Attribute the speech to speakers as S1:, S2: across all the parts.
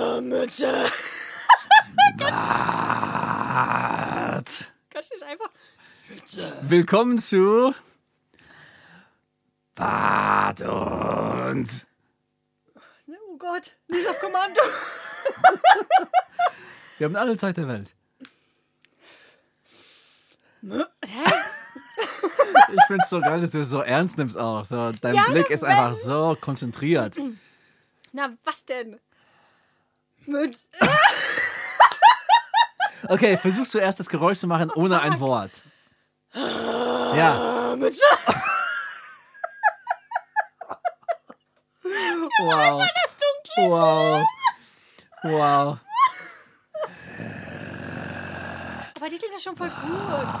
S1: Rutsche.
S2: Bart.
S1: Kannst du nicht einfach.
S2: Willkommen zu Bart und
S1: Oh Gott, nicht auf Kommando.
S2: wir haben alle Zeit der Welt. Ich finde es so geil, dass du es so ernst nimmst auch. So, dein
S1: Ja,
S2: Blick ist
S1: wenn-
S2: einfach so konzentriert.
S1: Na, was denn? Mit.
S2: Okay, versuch zuerst das Geräusch zu machen ohne ein Wort. Ja.
S1: Mit.
S2: Wow. Wow. Wow.
S1: Aber die klingt ja schon voll gut. Und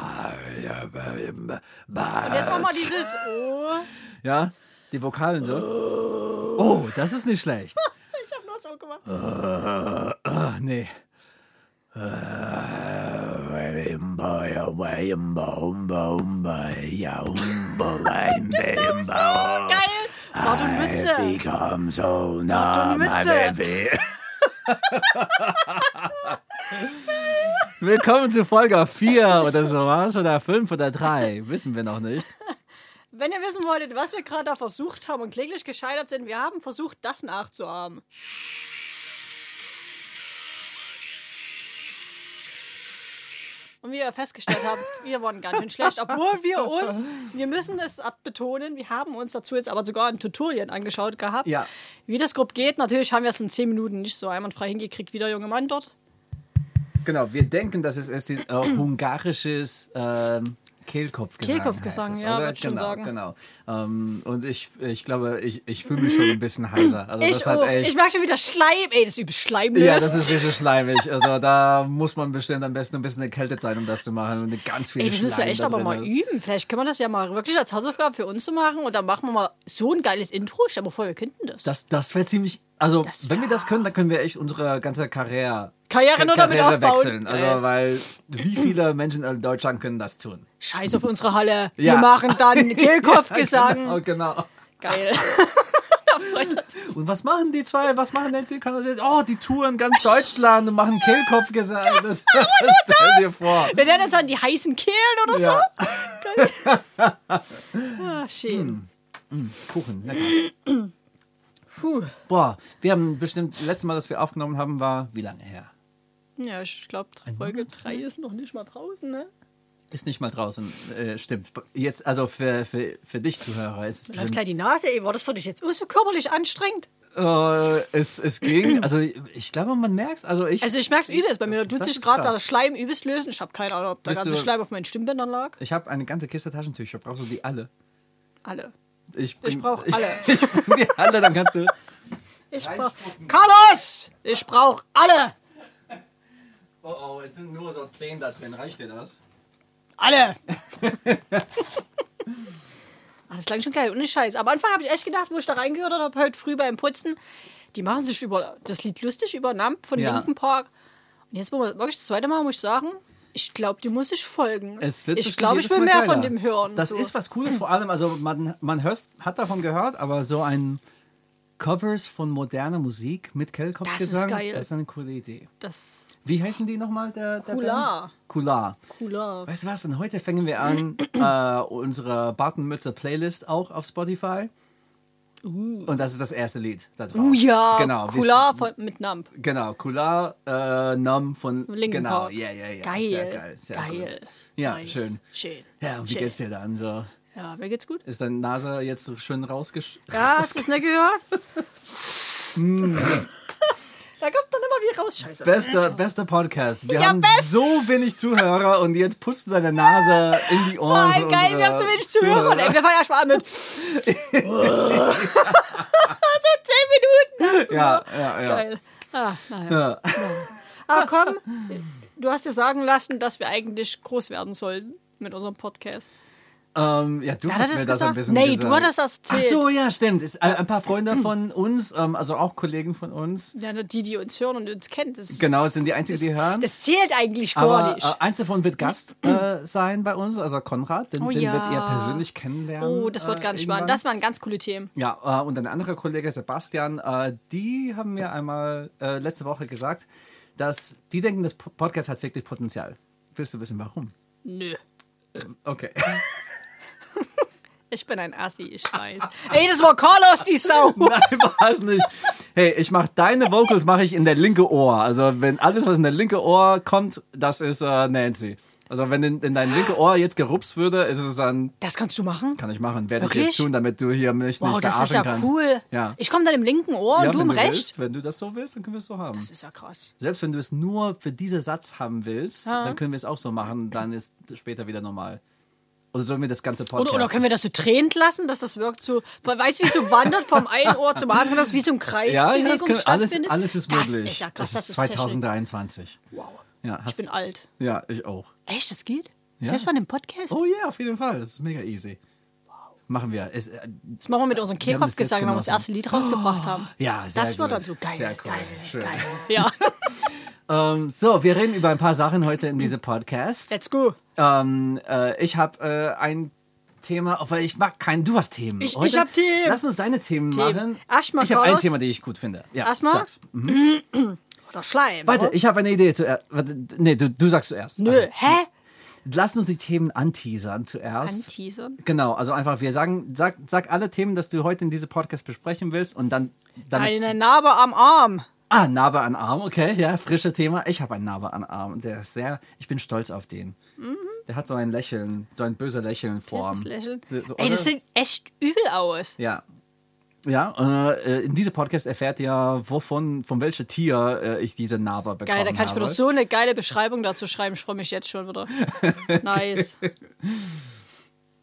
S1: jetzt machen wir dieses. Oh.
S2: Ja, die Vokalen so. Oh, das ist nicht schlecht.
S1: Ich hab nur so gemacht.
S2: Ach, nee.
S1: Geil. Mord und Mütze.
S2: Become so nah,
S1: Achtung, die Mütze.
S2: Willkommen zu Folge 4 oder so was oder 5 oder 3, wissen wir noch nicht.
S1: Wenn ihr wissen wolltet, was wir gerade da versucht haben und kläglich gescheitert sind, wir haben versucht, das nachzuahmen. Und wie ihr festgestellt habt, wir waren ganz schön schlecht, obwohl wir uns, wir müssen es abbetonen, wir haben uns dazu jetzt aber sogar ein Tutorial angeschaut gehabt,
S2: Ja.
S1: wie das grob geht. Natürlich haben wir es in 10 Minuten nicht so einwandfrei hingekriegt, wie der junge Mann dort.
S2: Genau, wir denken, dass es erst dieses, äh, hungarisches ähm, Kehlkopfgesang
S1: Kehlkopfgesang,
S2: heißt es,
S1: ja,
S2: oder?
S1: würd ich schon
S2: genau,
S1: sagen.
S2: Genau. Ähm, und ich, ich glaube, ich, ich fühle mich schon ein bisschen heiser. Also
S1: ich
S2: das hat
S1: auch.
S2: echt,
S1: Ich merke schon wieder Schleim. Ey, das ist übelst Schleim.
S2: ja, das ist richtig schleimig. Also da muss man bestimmt am besten ein bisschen erkältet sein, um das zu machen. Und ganz viel
S1: Ey, das müssen wir
S2: Schleim
S1: echt
S2: da
S1: aber
S2: drin
S1: mal
S2: ist.
S1: üben. Vielleicht können wir das ja mal wirklich als Hausaufgabe für uns so machen und dann machen wir mal so ein geiles Intro. Ich stell mir vor, wir könnten das.
S2: Das, das wäre ziemlich. Also,
S1: Das
S2: wenn wir das können, dann können wir echt unsere ganze Karriere,
S1: Karriere nur damit aufbauen.
S2: wechseln.
S1: Geil.
S2: Also, weil wie viele Menschen in Deutschland können das tun?
S1: Scheiß auf unsere Halle.
S2: Ja.
S1: Wir machen dann Kehlkopfgesang.
S2: Genau, genau.
S1: Geil. Da freut er sich.
S2: Und was machen die zwei? Was machen Nancy? Kann das jetzt? Oh, die touren ganz Deutschland und machen Kehlkopfgesang. Das, stell dir vor.
S1: wir nennen uns dann die heißen Kehlen oder
S2: Ja.
S1: so. Ah, schön.
S2: Kuchen, lecker.
S1: Puh.
S2: Boah, wir haben bestimmt, letztes Mal, das wir aufgenommen haben, war wie lange her? Hm.
S1: Ja, ich glaube, Folge 3 ist noch nicht mal draußen, ne?
S2: Ist nicht mal draußen, äh, stimmt. Jetzt, also für, für, für dich, Zuhörer, ist es
S1: Läuft
S2: bestimmt
S1: gleich die Nase, ey. War das für dich jetzt auch so körperlich anstrengend?
S2: Äh, es, es ging, also ich glaube, man merkt Also ich,
S1: Also ich merke es übelst. Bei mir tut
S2: Das
S1: sich
S2: ist
S1: gerade
S2: krass.
S1: der Schleim übelst lösen. Ich habe keine Ahnung, ob der
S2: Willst
S1: ganze
S2: du- Äh,
S1: Schleim auf meinen Stimmbändern lag.
S2: ich habe eine ganze Kiste Taschentücher, brauchst du die alle?
S1: Alle.
S2: Ich,
S1: Ich brauch
S2: ich-
S1: alle.
S2: Ich, bring die alle, dann kannst du...
S1: Ich brauch.
S2: Reinspucken.
S1: Carlos! Ich brauch alle!
S2: Oh oh, es sind nur so zehn da drin, reicht dir das?
S1: Alle! Ach, das klang schon geil, ohne Scheiß. Am Anfang habe ich echt gedacht, wo ich da reingehört habe, heute früh beim Putzen, die machen sich über das Lied lustig übernommen von
S2: Ja.
S1: Linken Park. Und jetzt wo wir wirklich das zweite Mal, muss ich sagen, ich glaube, die muss ich folgen.
S2: Es wird
S1: ich
S2: bestimmt
S1: glaube, ich
S2: jedes
S1: will
S2: Mal
S1: mehr
S2: geiler.
S1: von dem hören.
S2: Das
S1: so.
S2: ist was Cooles, vor allem, also man, man hört, hat davon gehört, aber so ein Covers von moderner Musik mit Kellkopfgesang,
S1: Das ist geil.
S2: das ist eine coole Idee.
S1: das
S2: Wie heißen die nochmal? Der, der
S1: Kular.
S2: Band? Kular.
S1: cooler.
S2: Weißt du was, denn heute fangen wir an, äh, unsere Bartenmütze-Playlist auch auf Spotify. Und das ist das erste Lied da drauf.
S1: Oh Uh. ja,
S2: genau, wir-
S1: cooler von, mit Namp.
S2: Genau, Kular, äh, Nom von
S1: Linkin
S2: Genau,
S1: Park.
S2: ja, ja, ja.
S1: Geil.
S2: Sehr geil. Sehr
S1: geil.
S2: Gut. Ja,
S1: Nice.
S2: schön.
S1: Schön.
S2: Ja, und wie
S1: Schön.
S2: geht's dir dann so?
S1: Ja, mir geht's gut.
S2: Ist deine Nase jetzt schön rausgesch...
S1: Ja, hast du es nicht gehört?
S2: Hm.
S1: da kommt dann immer wieder raus, Scheiße.
S2: Bester, bester Podcast. Wir
S1: Ja,
S2: haben
S1: best.
S2: so wenig Zuhörer und jetzt putzt du deine Nase in die Ohren.
S1: Vor allem
S2: von
S1: geil, wir haben so
S2: unserer
S1: wenig Zuhörer. Ey, wir fangen erstmal an mit. so 10 Minuten.
S2: Ja, ja, ja.
S1: Geil. Ah, naja.
S2: Ja.
S1: Aber komm, du hast dir sagen lassen, dass wir eigentlich groß werden sollten mit unserem Podcast.
S2: Ähm, ja, du
S1: Hat
S2: hast
S1: er das
S2: mir das ein
S1: gesagt?
S2: bisschen
S1: Nee, du
S2: gesagt.
S1: hattest das
S2: Ach
S1: erzählt.
S2: so, ja, stimmt. Ist, äh, ein paar Freunde von uns, ähm, also auch Kollegen von uns,
S1: Ja, nur die, die uns hören und uns kennen. Das,
S2: genau, sind die Einzigen, die hören.
S1: Das zählt eigentlich gar
S2: Aber
S1: nicht.
S2: äh, eins davon wird Gast äh, sein bei uns, also Konrad, den,
S1: Oh
S2: den
S1: ja.
S2: wird ihr persönlich kennenlernen.
S1: oh, das wird
S2: äh,
S1: ganz
S2: irgendwann.
S1: spannend. Das waren ganz coole Themen.
S2: Ja, äh, und ein anderer Kollege, Sebastian, äh, die haben mir einmal äh, letzte Woche gesagt, dass die denken, das Po- Podcast hat wirklich Potenzial. Willst du wissen, warum?
S1: Nö.
S2: Okay.
S1: Ich bin ein Assi, ich weiß. Ey, das war Carlos, die Sau.
S2: Nein, war's nicht. Hey, ich mach deine Vocals mache ich in der linke Ohr. Also wenn alles, was in der linke Ohr kommt, das ist äh, Nancy. Also wenn in, in dein linke Ohr jetzt gerupst würde, ist es dann
S1: Das kannst du machen?
S2: kann ich machen. Werde ich
S1: Wirklich?
S2: jetzt tun, damit du hier mich
S1: Wow,
S2: nicht
S1: das ist
S2: verarschen
S1: ja
S2: kannst.
S1: cool.
S2: Ja.
S1: Ich komme dann im linken Ohr
S2: ja,
S1: und du
S2: wenn
S1: im rechten.
S2: Willst, wenn du das so willst, dann können wir es so haben.
S1: Das ist ja krass.
S2: Selbst wenn du es nur für diesen Satz haben willst, dann können wir es auch so machen. Dann ist später wieder normal. Oder sollen wir das ganze Podcast?
S1: Oder, oder können wir das so drehend lassen, dass das wirkt so, weil- weißt du, wie es so wandert vom einen Ohr zum anderen, dass wie so im Kreis
S2: ja, ja, das
S1: Bewegung
S2: können, alles,
S1: stattfindet?
S2: alles ist
S1: das
S2: möglich.
S1: Ist ja krass,
S2: das
S1: das
S2: ist
S1: ist, Technik.
S2: 2023.
S1: Wow.
S2: Ja,
S1: Ich
S2: hast,
S1: bin alt.
S2: ja, ich auch.
S1: Echt, das geht? Selbst bei einem Podcast?
S2: Oh ja, auf jeden Fall. Das ist mega easy. Machen wir. Es, äh,
S1: Das machen wir mit unseren
S2: haben das jetzt
S1: Kehlkopfgesang, wenn wir das
S2: genossen. Oh,
S1: erste Lied rausgebracht haben.
S2: ja, sehr
S1: das
S2: gut.
S1: wird dann so geil,
S2: Sehr cool.
S1: geil,
S2: Schön.
S1: geil. Ja,
S2: Ähm, so, wir reden über ein paar Sachen heute in diesem Podcast.
S1: let's go.
S2: Ähm, äh, ich habe äh, ein Thema, obwohl ich mag kein, du hast Themen.
S1: Ich-
S2: Heute-
S1: ich hab Themen.
S2: Lass uns deine Themen,
S1: Themen.
S2: machen.
S1: Erstmal,
S2: ich habe ein
S1: Carlos.
S2: Thema, die ich gut finde. Ja,
S1: Erstmal?
S2: sag's.
S1: Oder Schleim.
S2: Warte,
S1: oder?
S2: ich habe eine Idee zuerst. Warte, Nee, du, du sagst zuerst.
S1: Nö, hä?
S2: Lass uns die Themen anteasern zuerst.
S1: Anteasern?
S2: Genau, also einfach, wir sagen, sag, sag alle Themen, dass du heute in diesem Podcast besprechen willst und dann. dann
S1: Eine Narbe am Arm.
S2: ah, Narbe an Arm, okay, ja, frische Thema. Ich habe einen Narbe an Arm und der ist sehr, ich bin stolz auf den.
S1: Mhm.
S2: Der hat so ein Lächeln, so ein böser Lächeln vor.
S1: Dieses Lächeln.
S2: So, so,
S1: Ey, das
S2: oder?
S1: sieht echt übel aus.
S2: ja. Ja, äh, in diesem Podcast erfährt ihr, wovon, von welchem Tier äh, ich diese Narbe bekommen
S1: Geil, da kann ich
S2: habe.
S1: mir doch so eine geile Beschreibung dazu schreiben. Ich freue mich jetzt schon wieder. Nice.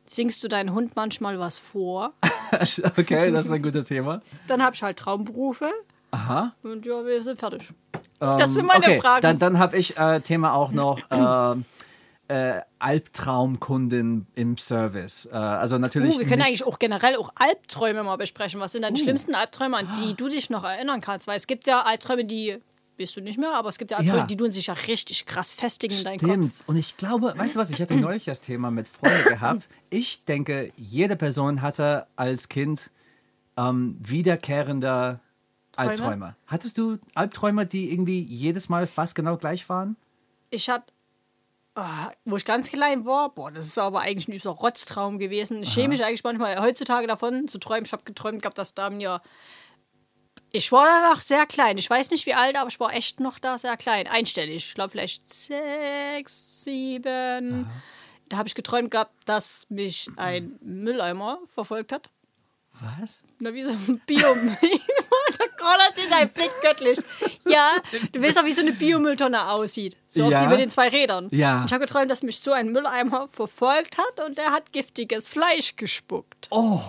S1: Singst du deinen Hund manchmal was vor?
S2: okay, das ist ein gutes Thema.
S1: Dann hab ich halt Traumberufe. Aha. Und ja, wir sind fertig. das sind
S2: Ähm,
S1: meine
S2: okay,
S1: Fragen.
S2: Dann, dann habe ich äh, Thema auch noch ähm, äh, Albtraumkunden im Service. Äh, also natürlich.
S1: Uh, wir können
S2: nicht- Uh.
S1: eigentlich auch generell auch Albträume mal besprechen. Was sind deine schlimmsten Albträume, an die du dich noch erinnern kannst? Weil es gibt ja Albträume, die bist du nicht mehr, aber es gibt ja Albträume,
S2: Ja.
S1: die tun sich ja richtig krass festigen in deinen Kopf.
S2: Stimmt. Und ich glaube, weißt du was, ich hatte neulich das Thema mit Freunden gehabt. Ich denke, jede Person hatte als Kind ähm, wiederkehrende Albträume. Hattest du Albträume, die irgendwie jedes Mal fast genau gleich waren?
S1: Ich hatte, ah, wo ich ganz klein war, boah, das ist aber eigentlich ein übler Rotztraum gewesen. Ich schäme mich eigentlich manchmal heutzutage davon zu träumen. Ich habe geträumt gehabt, dass da mir. Ich war da noch sehr klein. Ich weiß nicht wie alt, aber ich war echt noch da sehr klein. Einstellig. Ich glaube vielleicht sechs, sieben. Da habe ich geträumt gehabt, dass mich ein Mülleimer verfolgt hat.
S2: Was?
S1: Na, wie so ein Biomüll. Gott, das ist ein Blick göttlich. Ja, du weißt doch, wie so eine Biomülltonne aussieht. So
S2: Ja.
S1: auf die mit den zwei Rädern.
S2: Ja.
S1: Und Ich habe geträumt, dass mich so ein Mülleimer verfolgt hat und der hat giftiges Fleisch gespuckt.
S2: Oh,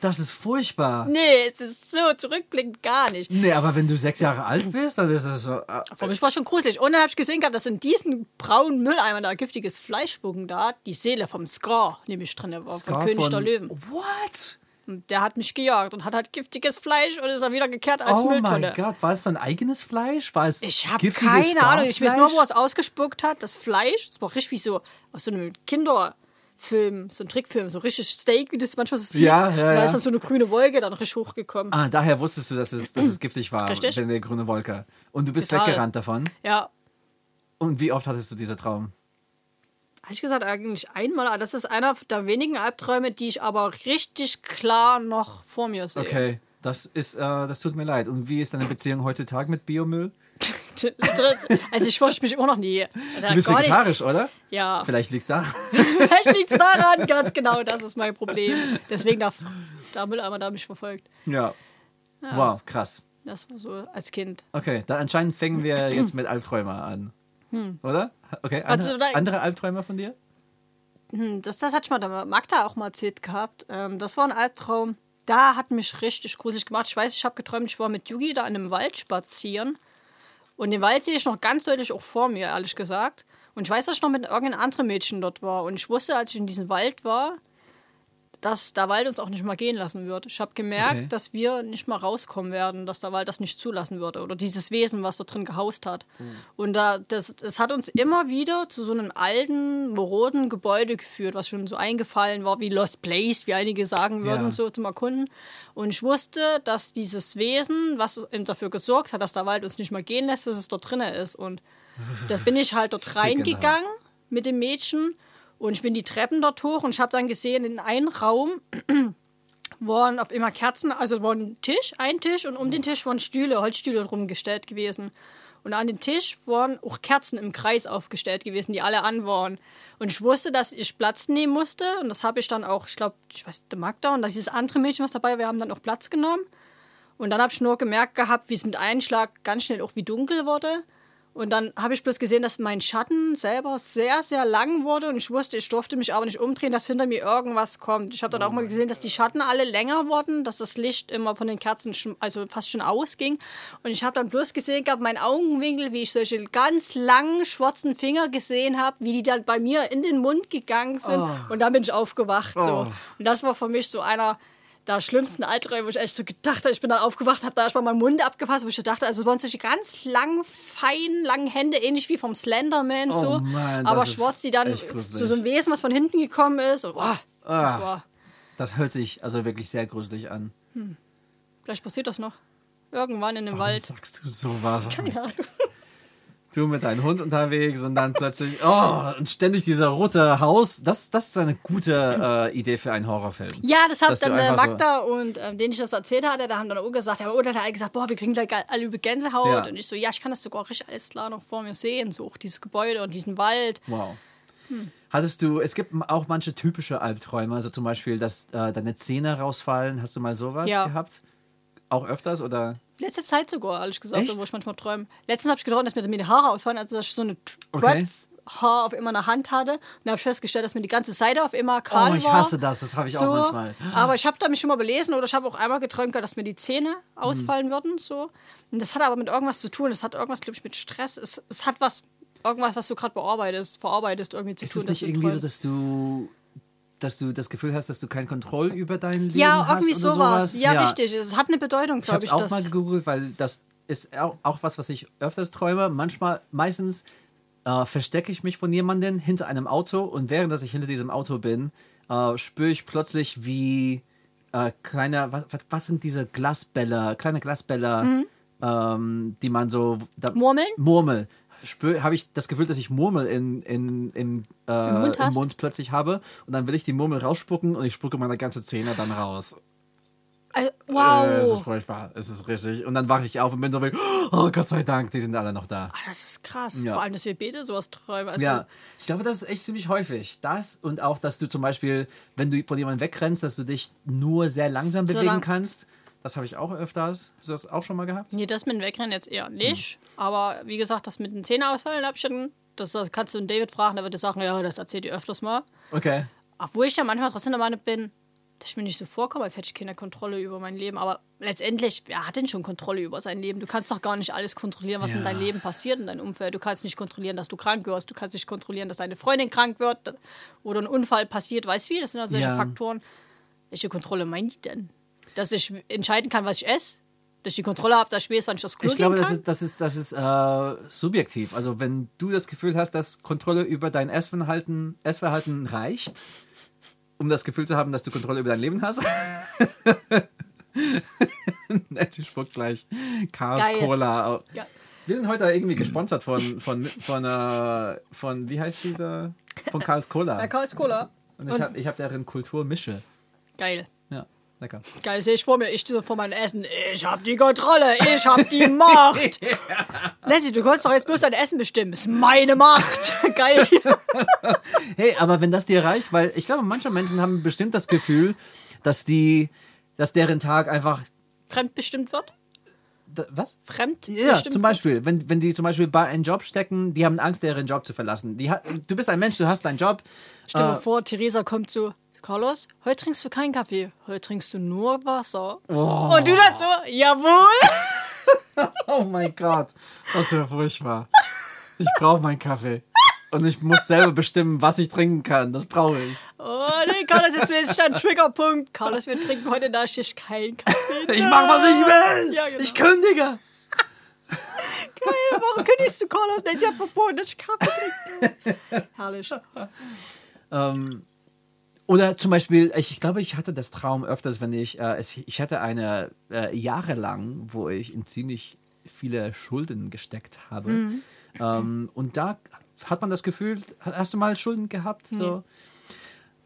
S2: das ist furchtbar.
S1: Nee, es ist so zurückblickend gar nicht.
S2: Nee, aber wenn du sechs Jahre alt bist, dann ist es so. äh,
S1: Für mich war schon gruselig. Und dann habe ich gesehen gehabt, dass in diesen braunen Mülleimer da giftiges Fleisch spucken da die Seele vom Scar nämlich drin war,
S2: Scar
S1: vom König der
S2: von-
S1: Löwen.
S2: What?
S1: Und der hat mich gejagt und hat halt giftiges Fleisch und ist dann wieder gekehrt als
S2: oh
S1: Mülltonne.
S2: mein Gott, war es sein eigenes Fleisch? War es
S1: Ich habe
S2: giftiges
S1: keine Ahnung. Ich weiß nur,
S2: Scarfleisch?
S1: wo er es ausgespuckt hat. Das Fleisch, das war richtig wie so aus so einem Kinderfilm, so ein Trickfilm, so richtig Steak, wie das manchmal so siehst.
S2: Ja, ja,
S1: da
S2: ja.
S1: ist dann so eine grüne Wolke dann richtig hochgekommen.
S2: Ah, daher wusstest du, dass es, dass es giftig war,
S1: Richtig.
S2: wenn der grüne Wolke. Und du bist
S1: Total.
S2: weggerannt davon.
S1: Ja,
S2: Und wie oft hattest du diesen Traum?
S1: habe ich gesagt, eigentlich einmal. Aber Das ist einer der wenigen Albträume, die ich aber richtig klar noch vor mir sehe.
S2: Okay, das ist, äh, das tut mir leid. Und wie ist deine Beziehung heutzutage mit Biomüll?
S1: also ich forsche mich immer noch nie.
S2: Du bist vegetarisch, oder?
S1: Ja.
S2: Vielleicht liegt da.
S1: Vielleicht liegt es daran, ganz genau, das ist mein Problem. Deswegen darf der Mülleimer da mich verfolgt.
S2: ja. Wow, krass.
S1: Das war so als Kind.
S2: Okay, dann anscheinend fangen wir jetzt mit Albträumen an.
S1: Hm.
S2: Oder? Okay,
S1: Also
S2: andere,
S1: da-
S2: andere Albträume von dir?
S1: Mhm, Das, das hat schon mal der Magda auch mal erzählt gehabt. Ähm, das war ein Albtraum. Da hat mich richtig gruselig gemacht. Ich weiß, ich habe geträumt, ich war mit Yugi da in einem Wald spazieren. Und den Wald sehe ich noch ganz deutlich auch vor mir, ehrlich gesagt. Und ich weiß, dass ich noch mit irgendeinem anderen Mädchen dort war. Und ich wusste, als ich in diesem Wald war, dass der Wald uns auch nicht mal gehen lassen wird. Ich habe gemerkt,
S2: Okay.
S1: dass wir nicht mal rauskommen werden, dass der Wald das nicht zulassen würde oder dieses Wesen, was da drin gehaust hat. Und da, das, das hat uns immer wieder zu so einem alten, moroden Gebäude geführt, was schon so eingefallen war, wie Lost Place, wie einige sagen würden,
S2: Ja.
S1: so zum Erkunden. Und ich wusste, dass dieses Wesen, was eben dafür gesorgt hat, dass der Wald uns nicht mal gehen lässt, dass es dort drin ist. Und da bin ich halt dort reingegangen mit dem Mädchen und ich bin die Treppen dort hoch und ich habe dann gesehen, in einem Raum waren auf immer Kerzen, also war ein Tisch, ein Tisch und um den Tisch waren Stühle, Holzstühle rumgestellt gewesen. Und an den Tisch waren auch Kerzen im Kreis aufgestellt gewesen, die alle an waren. Und ich wusste, dass ich Platz nehmen musste und das habe ich dann auch, ich glaube, ich weiß, der Magda und das ist das andere Mädchen, was dabei war, wir haben dann auch Platz genommen. Und dann habe ich nur gemerkt gehabt, wie es mit einem Schlag ganz schnell auch wie dunkel wurde. Und dann habe ich bloß gesehen, dass mein Schatten selber sehr, sehr lang wurde und ich wusste, ich durfte mich aber nicht umdrehen, dass hinter mir irgendwas kommt. Ich habe dann auch mal gesehen, dass die Schatten alle länger wurden, dass das Licht immer von den Kerzen schon, also fast schon ausging. Und ich habe dann bloß gesehen, gab mein Augenwinkel, wie ich solche ganz langen schwarzen Finger gesehen habe, wie die dann bei mir in den Mund gegangen sind. Und dann bin ich aufgewacht. So. Und das war für mich so einer der schlimmsten Albträume, wo ich echt so gedacht habe, ich bin dann aufgewacht, habe da erstmal meinen Mund abgefasst, wo ich so dachte, also es waren solche ganz langen, feinen, langen Hände, ähnlich wie vom Slenderman so,
S2: Oh Mann, das
S1: aber
S2: ist
S1: schwarz, die dann
S2: echt gruselig.
S1: zu so einem Wesen, was von hinten gekommen ist und boah, das
S2: Ah.
S1: war,
S2: Das hört sich also wirklich sehr gruselig an.
S1: vielleicht passiert das noch, irgendwann in dem
S2: Warum
S1: Wald.
S2: sagst du sowas?
S1: Keine Ahnung.
S2: Du mit deinem Hund unterwegs und dann plötzlich, oh, und ständig dieser rote Haus. Das, das ist eine gute äh, Idee für einen Horrorfilm.
S1: Ja, das hat
S2: Dass du
S1: dann äh,
S2: einfach so-
S1: Magda und ähm, denen ich das erzählt hatte, da haben dann auch gesagt, aber oder hat alle gesagt, boah, wir kriegen da ge- alle über Gänsehaut
S2: Ja.
S1: und ich so, ja, ich kann das sogar richtig alles klar noch vor mir sehen, so auch dieses Gebäude und diesen Wald.
S2: Wow.
S1: Hm.
S2: Hattest du, es gibt auch manche typische Albträume, also zum Beispiel, dass äh, deine Zähne rausfallen. Hast du mal sowas
S1: Ja.
S2: gehabt? Auch öfters oder?
S1: Letzte Zeit sogar, ehrlich gesagt,
S2: Echt?
S1: wo ich manchmal träume. Letztens habe ich geträumt, dass mir mir die Haare ausfallen, also dass ich so eine
S2: Okay.
S1: okay. Haar auf immer in der Hand hatte. Und dann habe ich festgestellt, dass mir die ganze Seite auf immer kahl
S2: Oh, ich
S1: war.
S2: hasse das, das habe ich
S1: so.
S2: auch manchmal.
S1: Aber ich habe da mich schon mal belesen oder ich habe auch einmal geträumt, gehabt, dass mir die Zähne ausfallen würden. So. Und das hat aber mit irgendwas zu tun. Das hat irgendwas, glaube ich, mit Stress. Es, es hat was, irgendwas, was du gerade bearbeitest, verarbeitest, irgendwie zu
S2: Ist
S1: tun.
S2: es
S1: dass
S2: nicht
S1: du
S2: irgendwie so,
S1: träumst.
S2: dass du, dass du das Gefühl hast, dass du kein Kontroll über dein Leben
S1: ja,
S2: hast?
S1: irgendwie
S2: oder
S1: sowas.
S2: sowas?
S1: Ja, richtig. Es hat eine Bedeutung,
S2: Ich
S1: glaube
S2: habe es
S1: ich.
S2: auch
S1: dass-
S2: mal gegoogelt, weil das ist auch, auch was, was ich öfters träume. Manchmal, meistens äh, verstecke ich mich von jemandem hinter einem Auto und während dass ich hinter diesem Auto bin, äh, spüre ich plötzlich, wie äh, kleine, was, was- was sind diese Glasbälle, kleine Glasbälle, ähm, die man so. Da,
S1: Mhm. Murmeln?
S2: Murmel. Habe ich das Gefühl, dass ich Murmel in, in, im, äh,
S1: Im Mund
S2: im
S1: hast?
S2: Mund plötzlich habe und dann will ich die Murmel rausspucken und ich spucke meine ganze Zähne dann raus.
S1: Also,
S2: Äh, Es ist
S1: wow.
S2: furchtbar. Es ist richtig. Und dann wache ich auf und bin so wie, oh Gott sei Dank, die sind alle noch da.
S1: Ah, das ist krass.
S2: Ja.
S1: Vor allem, dass wir beide sowas träumen. Also,
S2: ja, ich glaube, das ist echt ziemlich häufig. Das und auch, dass du zum Beispiel, wenn du von jemandem wegrennst, dass du dich nur sehr langsam bewegen
S1: lang-
S2: kannst. Das habe ich auch öfters. Hast du das auch schon mal gehabt?
S1: Nee, das mit dem Wegrennen jetzt eher nicht.
S2: Mhm.
S1: Aber wie gesagt, das mit den Zähnen ausfallen hab ich schon. Das, das kannst du den David fragen, der würde sagen, ja, das erzählt ihr öfters mal.
S2: Okay.
S1: Obwohl ich ja manchmal trotzdem der Meinung bin, dass ich mir nicht so vorkomme, als hätte ich keine Kontrolle über mein Leben. Aber letztendlich, wer hat denn schon Kontrolle über sein Leben? Du kannst doch gar nicht alles kontrollieren, was
S2: Ja.
S1: in deinem Leben passiert, in deinem Umfeld. Du kannst nicht kontrollieren, dass du krank wirst. Du kannst nicht kontrollieren, dass deine Freundin krank wird oder ein Unfall passiert. Weißt du wie? Das sind ja solche
S2: Ja.
S1: Faktoren. Welche Kontrolle meinen die denn? Dass ich entscheiden kann, was ich esse? Dass ich die Kontrolle habe, dass ich weiß, wann ich das Klo
S2: Ich glaube,
S1: gehen
S2: das
S1: kann?
S2: ist, das ist, das ist äh, subjektiv. Also wenn du das Gefühl hast, dass Kontrolle über dein Essverhalten, Essverhalten reicht, um das Gefühl zu haben, dass du Kontrolle über dein Leben hast. Nettie spuckt gleich Cars,
S1: Geil.
S2: Cola.
S1: Ja.
S2: Wir sind heute irgendwie gesponsert von, von, von, äh, von wie heißt dieser? Von Karls Cola.
S1: ist Cola.
S2: Und ich habe ich hab darin Kulturmische.
S1: Geil.
S2: Ja, lecker.
S1: Geil, sehe ich vor mir, ich sitze vor meinem Essen. Ich hab die Kontrolle, ich hab die Macht. Lassie, du kannst doch jetzt bloß dein Essen bestimmen. Ist meine Macht. Geil.
S2: Hey, aber wenn das dir reicht, weil ich glaube, manche Menschen haben bestimmt das Gefühl, dass die, dass deren Tag einfach.
S1: Fremdbestimmt wird?
S2: da- Was?
S1: Fremdbestimmt
S2: Ja, zum
S1: wird?
S2: Beispiel, wenn, wenn die zum Beispiel bei einem Job stecken, die haben Angst, deren Job zu verlassen. Die hat, du bist ein Mensch, du hast deinen Job.
S1: Stell dir mal
S2: Äh,
S1: vor, Theresa kommt zu Carlos, heute trinkst du keinen Kaffee, heute trinkst du nur Wasser. Und du dann so, jawohl.
S2: oh mein Gott, das wäre furchtbar. Ich brauche meinen Kaffee. Und ich muss selber bestimmen, was ich trinken kann. Das brauche ich.
S1: Ohne Oh, Carlos, jetzt will stand Triggerpunkt. Carlos, wir trinken heute in der Schicht keinen Kaffee.
S2: Ich mach, was ich will.
S1: Ja, genau.
S2: Ich kündige.
S1: Geil, warum kündigst du Carlos nicht? Ich hab verboten, dass ich Kaffee trinke. Herrlich.
S2: Ähm, oder zum Beispiel, ich, ich glaube, ich hatte das Traum öfters, wenn ich, äh, es, ich hatte eine äh, jahrelang, wo ich in ziemlich viele Schulden gesteckt habe.
S1: Mhm.
S2: Ähm, und da hat man das Gefühl, ha- hast du mal Schulden gehabt? So.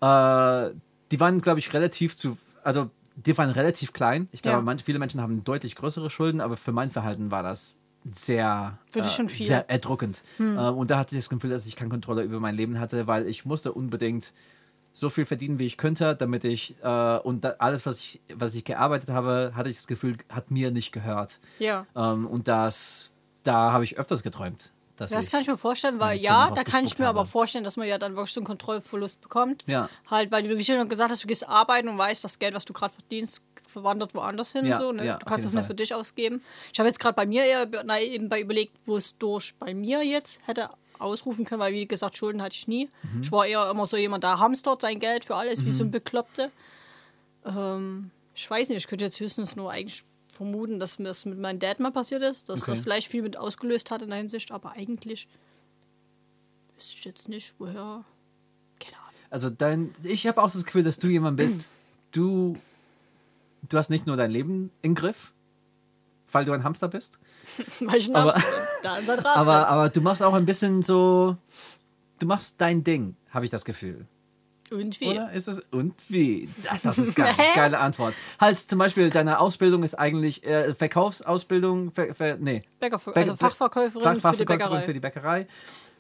S2: Äh, die waren, glaube ich, relativ zu, also die waren relativ klein. Ich glaube,
S1: Ja.
S2: manch, viele Menschen haben deutlich größere Schulden, aber für mein Verhalten war das sehr, äh,
S1: Würde ich schon viel.
S2: sehr erdrückend.
S1: Hm.
S2: Äh, und da hatte ich das Gefühl, dass ich keine Kontrolle über mein Leben hatte, weil ich musste unbedingt so viel verdienen, wie ich könnte, damit ich äh, und da, alles, was ich, was ich gearbeitet habe, hatte ich das Gefühl, hat mir nicht gehört.
S1: Ja.
S2: Ähm, und das, da habe ich öfters geträumt. Dass
S1: Das
S2: ich,
S1: kann ich mir vorstellen, weil
S2: meine Zähne
S1: ja, da kann ich
S2: rausgespuckt
S1: mir aber
S2: habe.
S1: vorstellen, dass man ja dann wirklich so einen Kontrollverlust bekommt.
S2: Ja.
S1: Halt, weil du, wie schon gesagt hast, du gehst arbeiten und weißt, das Geld, was du gerade verdienst, verwandert woanders hin.
S2: Ja,
S1: so, ne?
S2: ja,
S1: du
S2: auf
S1: kannst
S2: jeden
S1: das nicht
S2: Fall.
S1: für dich ausgeben. Ich habe jetzt gerade bei mir eher na, eben bei überlegt, wo es durch bei mir jetzt hätte ausrufen können, weil wie gesagt, Schulden hatte ich nie.
S2: Mhm.
S1: Ich war eher immer so jemand, der hamstert sein Geld für alles, wie so ein Bekloppte. Ähm, ich weiß nicht, ich könnte jetzt höchstens nur eigentlich vermuten, dass mir das mit meinem Dad mal passiert ist, dass
S2: Okay.
S1: das vielleicht viel mit ausgelöst hat in der Hinsicht, aber eigentlich wüsste ich jetzt nicht, woher. Keine Ahnung.
S2: Also dein, ich habe auch das Gefühl, dass du jemand
S1: Hm.
S2: bist, du, du hast nicht nur dein Leben im Griff, weil du ein Hamster bist,
S1: Weil ich
S2: Aber-
S1: aber, da in sein Rad
S2: aber,
S1: rennt.
S2: aber du machst auch ein bisschen so, du machst dein Ding, habe ich das Gefühl.
S1: Irgendwie.
S2: Oder ist das und wie? Ach, das ist geil.
S1: Hä?
S2: geile Antwort. Halt zum Beispiel deine Ausbildung ist eigentlich äh, Verkaufsausbildung, ver, ver, nee,
S1: Bäcker, also Fachverkäuferin für die Bäckerei.
S2: für die Bäckerei.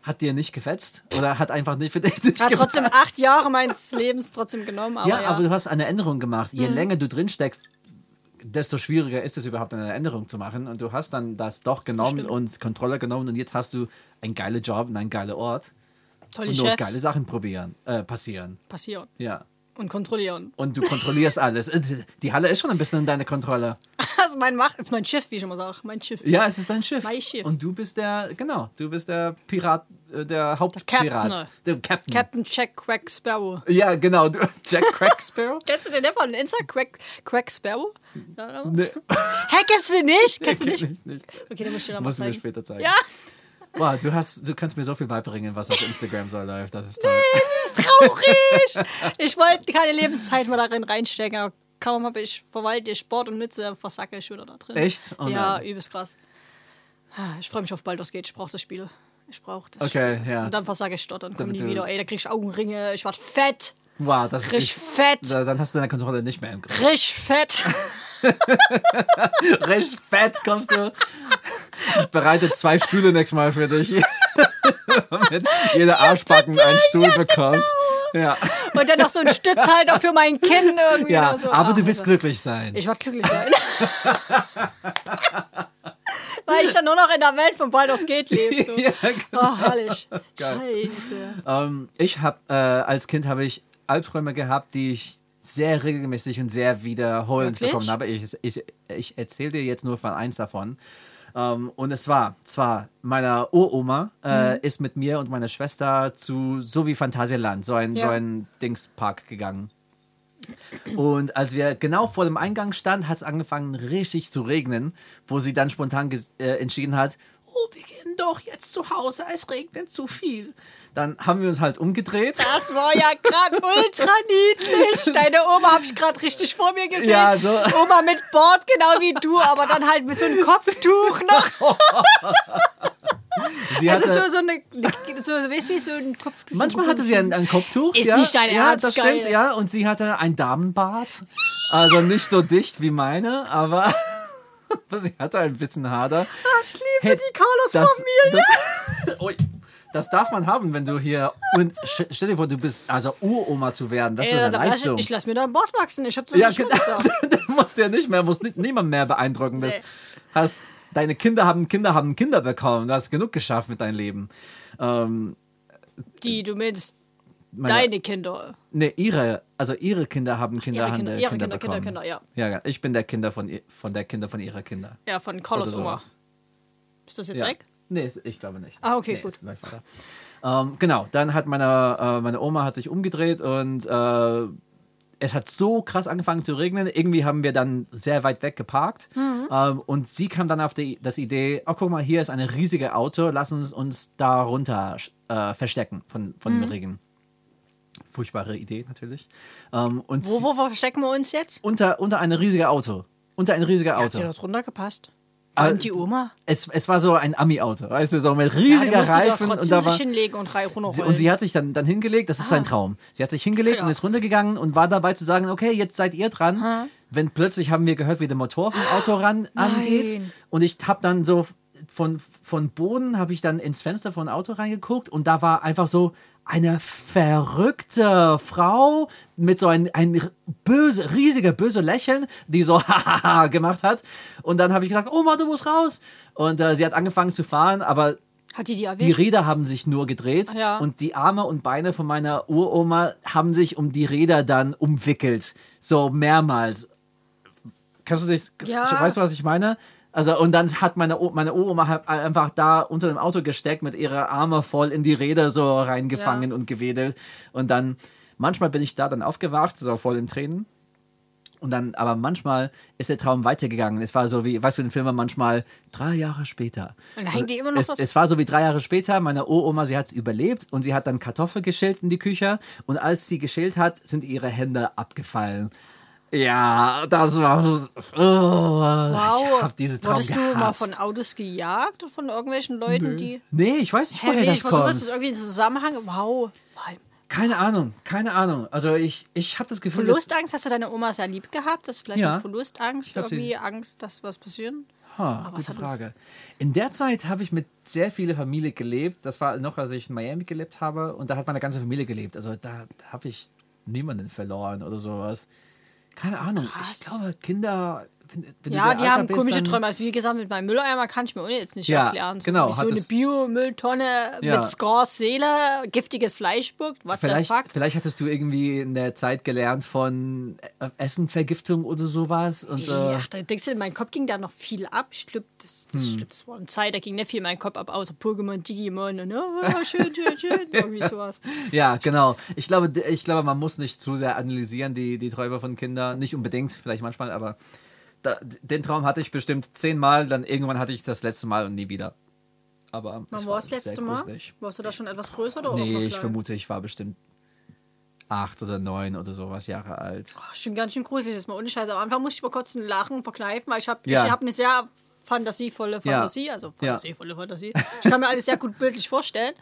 S2: Hat dir nicht gefetzt oder hat einfach nicht für dich nicht
S1: hat
S2: gefetzt?
S1: trotzdem acht Jahre meines Lebens trotzdem genommen, aber
S2: ja,
S1: ja. Hm.
S2: aber du hast eine Änderung gemacht. Je länger du drin steckst, desto schwieriger ist es überhaupt eine Änderung zu machen. Und du hast dann das doch genommen
S1: stimmt.
S2: und Controller genommen und jetzt hast du einen geilen Job und einen geilen Ort.
S1: Tolle
S2: und
S1: Chefs
S2: geile Sachen probieren, äh, passieren.
S1: passieren
S2: Ja.
S1: und kontrollieren.
S2: Und du kontrollierst alles. Äh, Die Halle ist schon ein bisschen in deiner Kontrolle.
S1: Also mein Macht ist mein Schiff, wie ich immer sage. Mein Schiff.
S2: Ja, es ist dein Schiff.
S1: Mein Schiff.
S2: Und du bist der, genau, du bist der Pirat, äh, der
S1: Captain.
S2: Hauptpirat. Der Captain.
S1: Captain Jack Crack Sparrow.
S2: ja, genau. du- Jack Crack Sparrow?
S1: Kennst du den der von Insta? Crack, Crack Sparrow? Hä,
S2: Nee,
S1: kennst du den nicht? Kennst du
S2: kenn
S1: nicht?
S2: ich nicht.
S1: Okay, dann muss ich dir noch mal
S2: Musst du mir
S1: zeigen.
S2: später zeigen.
S1: Ja,
S2: Wow, du, hast, du kannst mir so viel beibringen, was auf Instagram so läuft. Das ist toll.
S1: das ist traurig. ich wollte keine Lebenszeit mehr darin reinstecken, aber kaum habe ich verwaltet Sport und Mütze, versacke ich wieder da drin.
S2: Echt? Oh
S1: ja,
S2: nein.
S1: übelst krass. Ich freue mich auf Baldur's Gate, ich brauche das Spiel. Ich brauche das
S2: Okay,
S1: Spiel.
S2: ja.
S1: Und dann versage ich dort, dann kommen
S2: Damit
S1: die
S2: du-
S1: wieder. Ey, da krieg ich Augenringe, ich werd fett,
S2: Wow, das
S1: krieg
S2: ist.
S1: fett,
S2: Da- Dann hast du deine Kontrolle nicht mehr im Griff.
S1: krieg fett.
S2: Recht fett kommst du. Ich bereite zwei Stühle nächstes Mal für dich. Damit jeder Arschbacken einen Stuhl
S1: genau.
S2: bekommt. Ja,
S1: Und dann noch so ein Stützhalter für mein Kinn irgendwie.
S2: ja.
S1: oder so. Ah,
S2: aber du
S1: Ach,
S2: wirst glücklich sein.
S1: Ich werde glücklich sein. Weil ich dann nur noch in der Welt von Baldur's Gate lebe. So.
S2: Ja, genau.
S1: Oh, herrlich.
S2: Geil.
S1: Scheiße.
S2: Ähm, ich habe äh, als Kind habe ich Albträume gehabt, die ich sehr regelmäßig und sehr wiederholend
S1: Wirklich?
S2: bekommen habe. Ich, ich, ich erzähle dir jetzt nur von eins davon. Ähm, und es war zwar meiner Uroma
S1: Mhm.
S2: äh, ist mit mir und meiner Schwester zu so wie Phantasialand, so ein so
S1: Ja.
S2: ein Dingspark gegangen. Und als wir genau vor dem Eingang standen, hat es angefangen richtig zu regnen, wo sie dann spontan ges- äh, entschieden hat, oh, wir gehen doch jetzt zu Hause, es regnet zu viel. Dann haben wir uns halt umgedreht.
S1: Das war ja gerade ultra niedlich. Deine Oma habe ich gerade richtig vor mir gesehen.
S2: Ja, so.
S1: Oma mit Bord, genau wie du, aber dann halt mit so einem Kopftuch noch.
S2: Sie
S1: Das
S2: hatte,
S1: ist so, so eine, so, weißt du, wie so ein Kopftuch.
S2: manchmal hatte sie ein, ein Kopftuch.
S1: Ist
S2: ja,
S1: nicht dein
S2: Ja,
S1: Ernst,
S2: das stimmt,
S1: geil.
S2: ja. Und sie hatte ein Damenbart. Also nicht so dicht wie meine, aber sie hatte ein bisschen Hader.
S1: Ich liebe die Carlos-Familie.
S2: das, das, Ui. das darf man haben, wenn du hier. Und sch- stell dir vor, du bist also Uroma zu werden. Das ist
S1: Ja,
S2: eine
S1: Äh, da lass ich
S2: Leistung.
S1: ich lasse mir da ein Bord wachsen. Ich habe das
S2: ja,
S1: ja, schon
S2: genau.
S1: gesagt.
S2: Du musst ja nicht mehr, musst ni- niemand mehr beeindrucken. Bist.
S1: Nee.
S2: Hast, deine Kinder haben Kinder, haben Kinder bekommen. Du hast genug geschafft mit deinem Leben. Ähm,
S1: Die, du meinst
S2: meine,
S1: deine Kinder.
S2: Nee, ihre, also ihre Kinder haben Kinder,
S1: Ihre
S2: haben
S1: Kinder,
S2: der
S1: ihre
S2: Kinder,
S1: Kinder, Kinder,
S2: bekommen.
S1: Kinder, ja.
S2: ja. Ja, ich bin der Kinder von, ihr- von der Kinder von ihrer Kinder.
S1: Ja, von
S2: Oder
S1: Carlos Oma.
S2: sowas.
S1: Ist das jetzt
S2: Ja.
S1: weg?
S2: Nee, ist- ich glaube nicht.
S1: Ah, okay,
S2: nee,
S1: gut.
S2: ist mein Vater. Ähm, genau, dann hat meine, äh, meine Oma hat sich umgedreht und äh, es hat so krass angefangen zu regnen. Irgendwie haben wir dann sehr weit weg geparkt.
S1: Mhm.
S2: Ähm, und sie kam dann auf die das Idee, oh guck mal, hier ist eine riesige Auto, lass uns uns da runter äh, verstecken von, von
S1: Mhm.
S2: dem Regen. Furchtbare Idee natürlich. Ähm, und
S1: Wo,
S2: sie-
S1: wo, wo verstecken wir uns jetzt?
S2: Unter, unter ein riesiger Auto. Unter ein riesiger
S1: Habt
S2: Auto.
S1: ihr dort runtergepasst?
S2: Ah,
S1: Und die Oma?
S2: Es, es war so ein Ami-Auto, weißt du, so mit
S1: Ja, die
S2: riesiger
S1: musste doch
S2: Reifen. und
S1: trotzdem
S2: da war,
S1: sich hinlegen und rei-
S2: Sie-
S1: runterrollen.
S2: Und sie hat sich dann, dann hingelegt, das ist sein Traum. Sie hat sich hingelegt
S1: Ja.
S2: und ist runtergegangen und war dabei zu sagen, okay, jetzt seid ihr dran. Wenn plötzlich haben wir gehört, wie der Motor vom Auto ran, angeht. Und ich habe dann so von, von Boden, habe ich dann ins Fenster von Auto reingeguckt und da war einfach so eine verrückte Frau mit so ein, ein r- böse, riesiger, böse Lächeln, die so hahaha gemacht hat. Und dann habe ich gesagt, Oma, du musst raus. Und äh, sie hat angefangen zu fahren, aber
S1: hat die die
S2: die
S1: erwischt?
S2: Räder haben sich nur gedreht
S1: Ja.
S2: und die Arme und Beine von meiner Uroma haben sich um die Räder dann umwickelt. So mehrmals. Kannst du dich,
S1: Ja.
S2: weißt du, was ich meine? Also, und dann hat meine, O- meine Uroma hat einfach da unter dem Auto gesteckt, mit ihrer Arme voll in die Räder so reingefangen und gewedelt. Und dann, manchmal bin ich da dann aufgewacht, so voll in Tränen. Und dann, aber manchmal ist der Traum weitergegangen. Es war so wie, weißt du, in Filmen manchmal drei Jahre später.
S1: Und da hängt die immer noch
S2: es,
S1: auf-
S2: es war so wie drei Jahre später. Meine Uroma, sie hat es überlebt und sie hat dann Kartoffel geschält in die Küche. Und als sie geschält hat, sind ihre Hände abgefallen. Ja, das war. Oh,
S1: Wow.
S2: Ich hab diese Traum
S1: Wurdest du mal
S2: gehasst.
S1: von Autos gejagt und von irgendwelchen Leuten, die.
S2: Nee, ich weiß nicht,
S1: Hä,
S2: woher
S1: nee,
S2: das
S1: ich versuche das
S2: kommt.
S1: mit irgendwie in Zusammenhang. Wow. Weil-
S2: Keine Ahnung, keine Ahnung. Also ich, ich habe das Gefühl, dass-
S1: Verlustangst, hast du deine Oma sehr lieb gehabt? Das ist vielleicht
S2: Ja.
S1: eine Verlustangst,
S2: glaub, sie-
S1: irgendwie Angst, dass was passieren?
S2: Ha,
S1: Aber Ah, was
S2: Ah, gute
S1: hat das-
S2: Frage. In der Zeit habe ich mit sehr vieler Familie gelebt. Das war noch, als ich in Miami gelebt habe. Und da hat meine ganze Familie gelebt. Also da habe ich niemanden verloren oder sowas. Keine Ahnung.
S1: Krass.
S2: Ich glaube, Kinder, wenn, wenn
S1: Ja,
S2: du
S1: die
S2: sehr
S1: haben
S2: alter bist,
S1: komische
S2: dann-
S1: Träume. Also wie gesagt, mit meinem Mülleimer kann ich mir ohne jetzt nicht
S2: Ja,
S1: erklären. So,
S2: genau,
S1: wie so
S2: hat
S1: eine
S2: das-
S1: Bio-Mülltonne
S2: Ja.
S1: mit Scores Seele, giftiges Fleisch spuckt. What
S2: Vielleicht,
S1: the fuck?
S2: vielleicht hattest du irgendwie in der Zeit gelernt von äh, Essenvergiftung oder sowas. Und, äh, Hm.
S1: Ja, da denkst du, mein Kopf ging da noch viel ab. Schlipp, das, das, schlipp, das war eine Zeit, da ging nicht viel in meinen Kopf ab, außer Pokémon, Digimon und oh, schön, schön, schön. Irgendwie sowas.
S2: Ja, genau. Ich glaube, d- ich glaube, man muss nicht zu sehr analysieren, die, die Träume von Kindern. Nicht unbedingt, vielleicht manchmal, aber da, d- den Traum hatte ich bestimmt zehnmal, dann irgendwann hatte ich das letzte Mal und nie wieder. Aber
S1: Wann
S2: es
S1: war das
S2: sehr
S1: letzte Mal?
S2: gruselig.
S1: Warst du da schon etwas größer oder auch noch
S2: Nee, ich
S1: klein?
S2: vermute, ich war bestimmt acht oder neun oder sowas Jahre alt.
S1: Ach, Schon ganz schön gruselig, das mal ohne Scheiß. Am Anfang musste ich mal kurz ein Lachen verkneifen, weil ich habe
S2: Ja.
S1: ich hab eine sehr fantasievolle Fantasie, also fantasievolle Fantasie. Ich kann mir alles sehr gut bildlich vorstellen.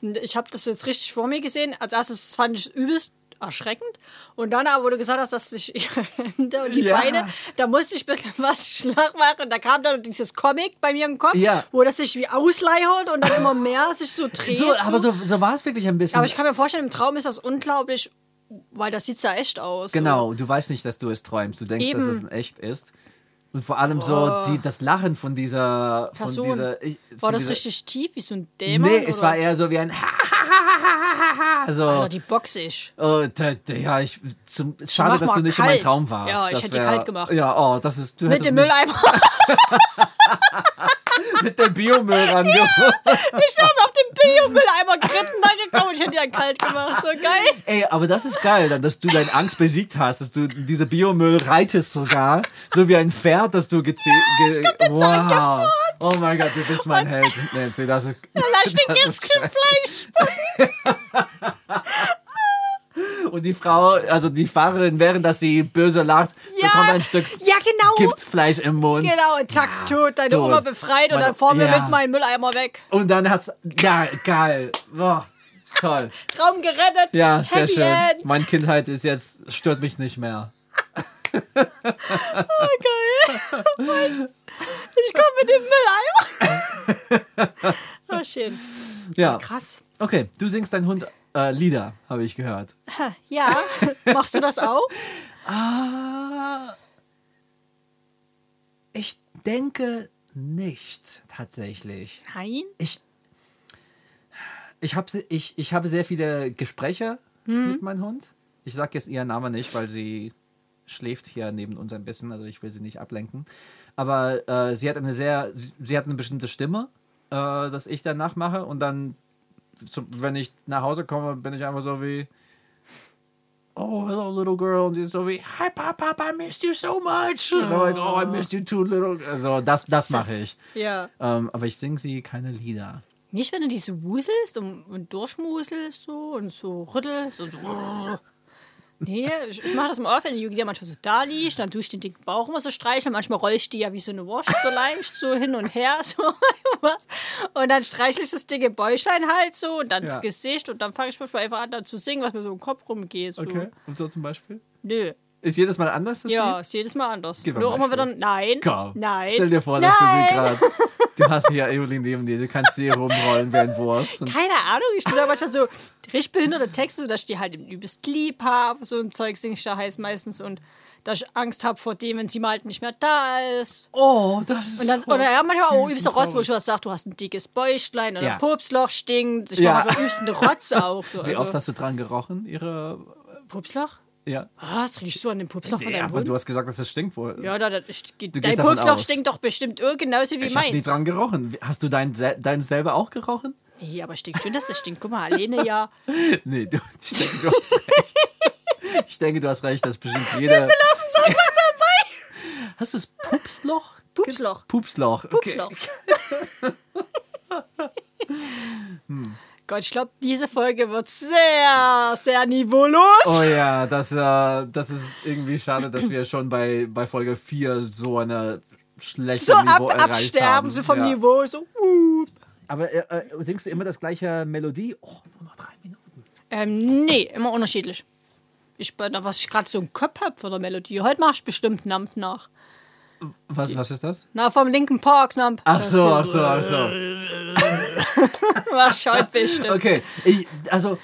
S1: Und ich habe das jetzt richtig vor mir gesehen. Als erstes fand ich es übelst erschreckend. Und dann aber, wo du gesagt hast, dass sich ihre Hände und die
S2: Ja.
S1: Beine, da musste ich ein bisschen was schlag machen. Und da kam dann dieses Comic bei mir im Kopf,
S2: Ja.
S1: wo das sich wie ausleiert und dann immer mehr sich so dreht.
S2: So, aber so, so war es wirklich ein bisschen.
S1: aber ich kann mir vorstellen, im Traum ist das unglaublich, weil das sieht ja echt aus.
S2: Genau, du weißt nicht, dass du es träumst. Du denkst, dass
S1: Eben.
S2: es in echt ist. Und vor allem so die, das Lachen von dieser von
S1: Person.
S2: Dieser, ich- von
S1: war das
S2: dieser,
S1: richtig tief, wie so ein Dämon?
S2: Nee, es
S1: oder?
S2: war eher so wie ein so.
S1: Alter, die box ich.
S2: Oh, da, da, ja, ich, zum, schade,
S1: mach
S2: dass
S1: mal
S2: du nicht in meinem
S1: kalt.
S2: Traum warst.
S1: Ja, ich
S2: Das
S1: hätte dir
S2: wär-
S1: kalt gemacht.
S2: Ja, oh, das ist. Du
S1: Mit
S2: hättest
S1: dem Mülleimer.
S2: Mit dem Biomüll ran.
S1: Ich wäre auf den Bio-Mülleimer geritten, da gekommen und ich hätte dir einen kalt gemacht. So geil.
S2: Ey, aber das ist geil, dann, dass du deine Angst besiegt hast, dass du diese Biomüll reitest sogar. So wie ein Pferd, das du gezählt ge Wow. Oh mein Gott, du bist mein Held, Nancy. Das ist,
S1: Vielleicht ein Kistchen Fleisch.
S2: und die Frau, also die Fahrerin, während dass sie böse lacht,
S1: Ja.
S2: bekommt ein Stück
S1: Ja, genau.
S2: Giftfleisch im Mund.
S1: Genau, und zack, tot. Deine
S2: tot.
S1: Oma befreit und
S2: Meine-
S1: dann fahren wir
S2: Ja.
S1: mit meinem Mülleimer weg.
S2: Und dann hat's. Ja, geil. Boah, toll.
S1: Traum gerettet.
S2: Ja, sehr
S1: Happy
S2: schön.
S1: End.
S2: Meine Kindheit ist jetzt, stört mich nicht mehr.
S1: Ich komme mit dem Mülleimer. oh, schön.
S2: Ja.
S1: Krass.
S2: Okay, du singst dein Hund äh, Lieder, habe ich gehört.
S1: Ja, machst du das auch?
S2: Ich denke nicht, tatsächlich.
S1: Nein.
S2: Ich, ich, hab, se- ich, ich habe sehr viele Gespräche mit meinem Hund. Ich sage jetzt ihren Namen nicht, weil sie schläft hier neben uns ein bisschen, also ich will sie nicht ablenken. Aber äh, sie hat eine sehr, sie sie hat eine bestimmte Stimme, äh, dass ich danach mache und dann zu, wenn ich nach Hause komme, bin ich einfach so wie, oh, hello, little girl. Und sie ist so wie, hi, Papa, I missed you so much. Und I'm like, oh, I missed you too, little. Also, das, das mache ich.
S1: Ja.
S2: Ähm, aber ich singe sie keine Lieder.
S1: Nicht, wenn du dich so wuselst und, und durchmuselst so und so rüttelst und so. Nee, ich, ich mache das mal auf, wenn die Jugendliche manchmal so da liegt, dann tue ich den dicken Bauch immer so streicheln. Manchmal roll ich die ja wie so eine Wurst so leicht so hin und her. So was. Und dann streichle ich das dicke Bäuchlein halt so und dann
S2: Ja.
S1: das Gesicht und dann fange ich manchmal einfach an dann zu singen, was mir so im Kopf rumgeht. So.
S2: Okay. Und so zum Beispiel?
S1: Nö.
S2: Ist jedes Mal anders, das
S1: Ja,
S2: Lied?
S1: ist jedes Mal anders.
S2: Gib mal
S1: Nur
S2: ein
S1: immer wieder,
S2: Beispiel.
S1: nein,
S2: Komm.
S1: nein.
S2: Stell dir vor, dass du sie gerade. Du hast hier Evelyn neben dir, du kannst sie rumrollen wie ein Wurst. Und
S1: Keine Ahnung, ich tue da manchmal so richtig behinderte Texte, dass ich die halt im übelst lieb habe. So ein Zeug sing ich da heißt meistens und dass ich Angst habe vor dem, wenn sie mal halt nicht mehr da ist.
S2: oh, das ist.
S1: Und dann,
S2: so
S1: oder ja, manchmal auch
S2: süß
S1: übelste
S2: und
S1: Rotz, wo
S2: traurig.
S1: ich was sage, du hast ein dickes Bäuchlein oder
S2: Ja.
S1: ein Pupsloch stinkt. Ich
S2: Ja.
S1: mache manchmal übsten Rotze auf. So.
S2: Wie
S1: also,
S2: oft hast du dran gerochen? Ihre.
S1: Pupsloch?
S2: Ja.
S1: Was riechst du an dem Pupsloch von
S2: ja
S1: deinem
S2: aber
S1: Hund?
S2: du hast gesagt, dass das stinkt wohl.
S1: ja, da, da,
S2: gehst
S1: dein
S2: davon
S1: Pupsloch
S2: aus.
S1: stinkt doch bestimmt irr genauso wie
S2: ich hab nie
S1: meins.
S2: dran gerochen. Hast du dein, se- dein selber auch gerochen?
S1: Nee, aber stinkt schön, dass das stinkt. Guck mal, alleine ja.
S2: Nee, du, ich denke, du hast recht. Ich denke, du hast recht, dass bestimmt jeder.
S1: Lass uns einfach
S2: Hast du das Pupsloch?
S1: Pupsloch.
S2: Pupsloch. Okay.
S1: Pupsloch. Hm. Gott, ich glaube, diese Folge wird sehr, sehr niveaulos.
S2: Oh ja, das, äh, das ist irgendwie schade, dass wir schon bei, bei Folge 4 so eine schlechte
S1: so
S2: Niveau
S1: ab,
S2: erreicht haben.
S1: absterben, so vom
S2: ja.
S1: Niveau. So, uh.
S2: Aber äh, äh, singst du immer das gleiche Melodie? Oh, nur noch drei Minuten.
S1: ähm, nee, immer unterschiedlich. Ich bin, was ich gerade so im Kopf habe von der Melodie. Heute mache ich bestimmt Namt nach.
S2: Was, was ist das?
S1: Na, vom linken Park Namt.
S2: Ach so, ach so, ach so.
S1: Was schaut bestimmt.
S2: Okay, ich, also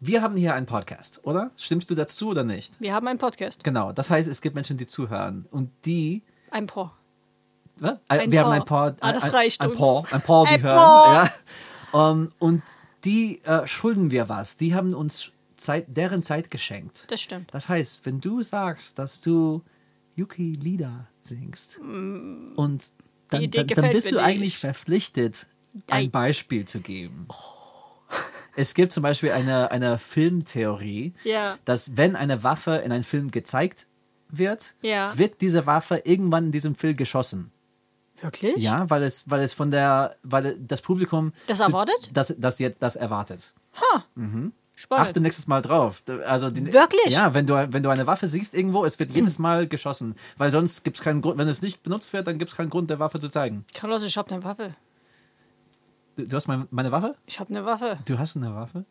S2: wir haben hier einen Podcast, oder? Stimmst du dazu oder nicht?
S1: Wir haben einen Podcast.
S2: Genau, das heißt, es gibt Menschen, die zuhören und die.
S1: Ein Pro.
S2: Was? Äh,
S1: Ein
S2: wir
S1: Paar.
S2: haben ein paar.
S1: Ah, das
S2: ein,
S1: reicht
S2: ein
S1: uns.
S2: Paar, ein paar, die
S1: Ein
S2: hören.
S1: Paar.
S2: Ja. Ähm, und die äh, schulden wir was. Die haben uns Zeit, deren Zeit geschenkt.
S1: Das stimmt.
S2: Das heißt, wenn du sagst, dass du Yuki Lieder singst und dann,
S1: Mm. Idee
S2: dann, dann
S1: gefällt
S2: bist
S1: mir
S2: du eigentlich
S1: nicht. Ei.
S2: verpflichtet,
S1: Oh.
S2: ein Beispiel zu geben. Es gibt zum Beispiel eine, eine Filmtheorie,
S1: Ja.
S2: dass wenn eine Waffe in einem Film gezeigt wird,
S1: Ja.
S2: wird diese Waffe irgendwann in diesem Film geschossen.
S1: Wirklich?
S2: Ja, weil es, weil es von der, weil das Publikum
S1: Das erwartet?
S2: das, das jetzt das erwartet. Mhm.
S1: Spannend.
S2: Achte nächstes Mal drauf. Also die,
S1: Wirklich?
S2: Ja, wenn du, wenn du eine Waffe siehst irgendwo, es wird jedes Mal geschossen. Weil sonst gibt es keinen Grund, wenn es nicht benutzt wird, dann gibt es keinen Grund, der Waffe zu zeigen.
S1: Carlos, ich hab eine Waffe.
S2: Du, du hast mein, meine Waffe?
S1: Ich hab ne eine Waffe.
S2: Du hast eine Waffe?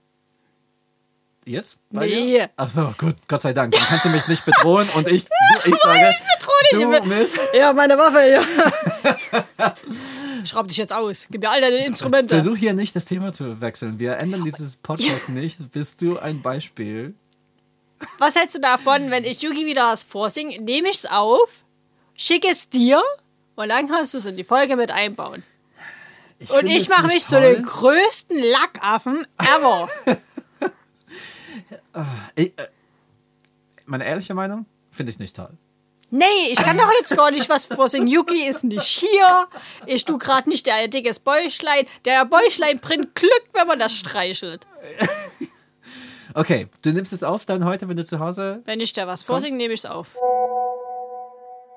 S2: Jetzt?
S1: Nee.
S2: dir? Ach so, gut, Gott sei Dank. Dann kannst du mich nicht bedrohen und ich, ich sage,
S1: dich
S2: du
S1: nicht.
S2: Mist.
S1: Ja, meine Waffe, ja. ich schraub dich jetzt aus. Gib mir all deine Instrumente.
S2: Versuch hier nicht das Thema zu wechseln. Wir ändern dieses Podcast nicht. Bist du ein Beispiel?
S1: Was hältst du davon, wenn ich Yugi wieder was vorsinge? Nehme ich's auf, schicke es dir und dann kannst du es in die Folge mit einbauen. und
S2: finde
S1: ich
S2: es
S1: mache
S2: nicht
S1: mich zu
S2: toll.
S1: den größten Lackaffen ever.
S2: Ich, äh, meine ehrliche Meinung? Finde ich nicht toll.
S1: nee, ich kann doch jetzt gar nicht was vorsingen. Yugi ist nicht hier. Ich tu gerade nicht der dickes Bäuchlein. Der Bäuchlein bringt Glück, wenn man das streichelt.
S2: Okay, du nimmst es auf dann heute, wenn du zu Hause.
S1: Wenn ich da was vorsinge, nehme ich's auf.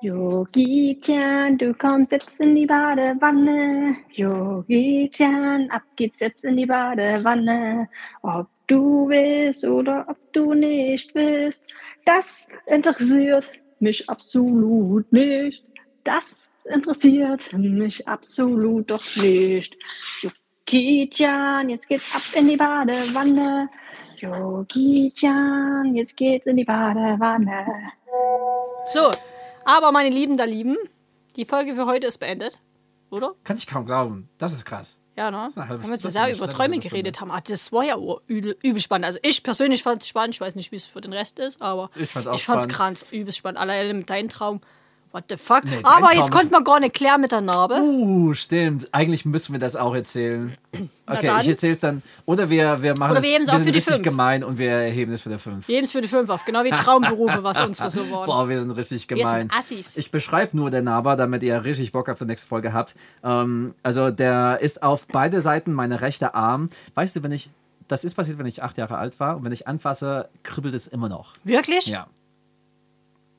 S3: Yogi-chan, du kommst jetzt in die Badewanne. Yogi-chan, ab geht's jetzt in die Badewanne. Ob du willst oder ob du nicht willst, das interessiert mich absolut nicht. Das interessiert mich absolut doch nicht. Yogi-chan, jetzt geht's ab in die Badewanne. Yogi-chan, jetzt geht's in die Badewanne.
S1: So, aber meine Lieben da Lieben, die Folge für heute ist beendet. Oder?
S2: Kann ich kaum glauben. Das ist krass.
S1: Ja, ne?
S2: eine halbe
S1: Haben wir
S2: Stunde- das ist
S1: zusammen
S2: eine
S1: über
S2: schnelle
S1: Träume
S2: halbe Stunde.
S1: geredet haben. Ah, das war ja ur- übel übel spannend. Also ich persönlich fand es spannend. Ich weiß nicht, wie es für den Rest ist, aber
S2: Ich fand's auch
S1: ich fand's
S2: spannend.
S1: kranz, übel spannend. Alleine mit deinem Traum. What the fuck?
S2: Nee,
S1: Aber
S2: kein
S1: jetzt
S2: Traum.
S1: konnte man gar nicht klären mit der Narbe.
S2: Uh, stimmt. Eigentlich müssen wir das auch erzählen. Okay,
S1: dann.
S2: ich erzähle es dann. Oder wir, wir machen
S1: Oder
S2: das,
S1: wir heben es auf
S2: sind
S1: für die
S2: richtig
S1: fünf.
S2: gemein und wir heben es für die 5.
S1: Jedens für die fünf auf, genau wie Traumberufe, was unsere so waren.
S2: Boah, wir sind richtig
S1: sind
S2: gemein.
S1: Assis.
S2: Ich beschreibe nur den Naber, damit ihr richtig Bock auf die nächste Folge habt. Ähm, also der ist auf beide Seiten mein rechter Arm. Weißt du, wenn ich, das ist passiert, wenn ich acht Jahre alt war und wenn ich anfasse, kribbelt es immer noch.
S1: Wirklich?
S2: Ja,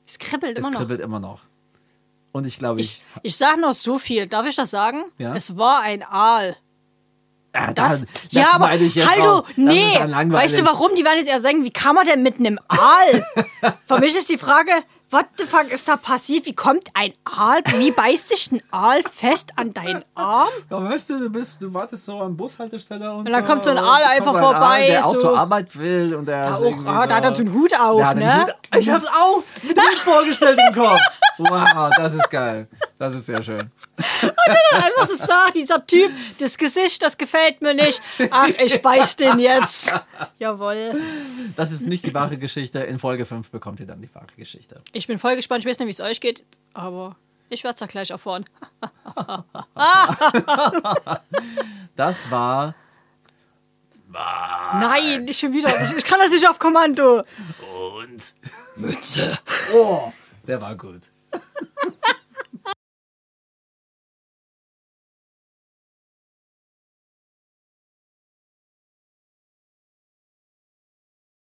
S1: Es kribbelt
S2: es
S1: immer noch.
S2: kribbelt immer noch. Und ich glaube, ich,
S1: Ich, ich sage noch so viel. Darf ich das sagen?
S2: Ja.
S1: Es war ein Aal.
S2: Ah,
S1: Das,
S2: da- das
S1: ja, aber
S2: schneide ich jetzt
S1: Hallo,
S2: raus. Das ist
S1: nee.
S2: dann langweilig.
S1: Weißt du warum? Die werden jetzt eher sagen, wie kann man denn mit einem Aal? Für mich ist die Frage, what the fuck ist da passiert? Wie kommt ein Aal? Wie beißt sich ein Aal fest an deinen Arm?
S2: Ja, weißt du, du, bist, du wartest so an Bushaltestelle und,
S1: dann kommt so ein Aal
S2: da
S1: einfach
S2: kommt so ein
S1: vorbei,
S2: der auch
S1: so-
S2: zur Arbeit will und der ist
S1: auch,
S2: irgendwie
S1: ah, da hat er so einen Hut auf,
S2: Der hat einen
S1: ne?
S2: Hut, ich hab's auch mit dem Hut vorgestellt im Kopf. Wow, das ist geil. Das ist sehr schön.
S1: Einfach so sagt, dieser Typ, das Gesicht, das gefällt mir nicht. Ach, ich beiß den jetzt. Jawohl.
S2: Das ist nicht die wahre Geschichte. In Folge 5 bekommt ihr dann die wahre Geschichte.
S1: Ich bin voll gespannt, ich weiß nicht, wie es euch geht, aber ich werde es ja gleich erfahren.
S2: Das war Ah,
S1: Nein, nicht schon wieder. Ich, ich kann das nicht auf Kommando.
S2: und Mütze. Oh, der war gut.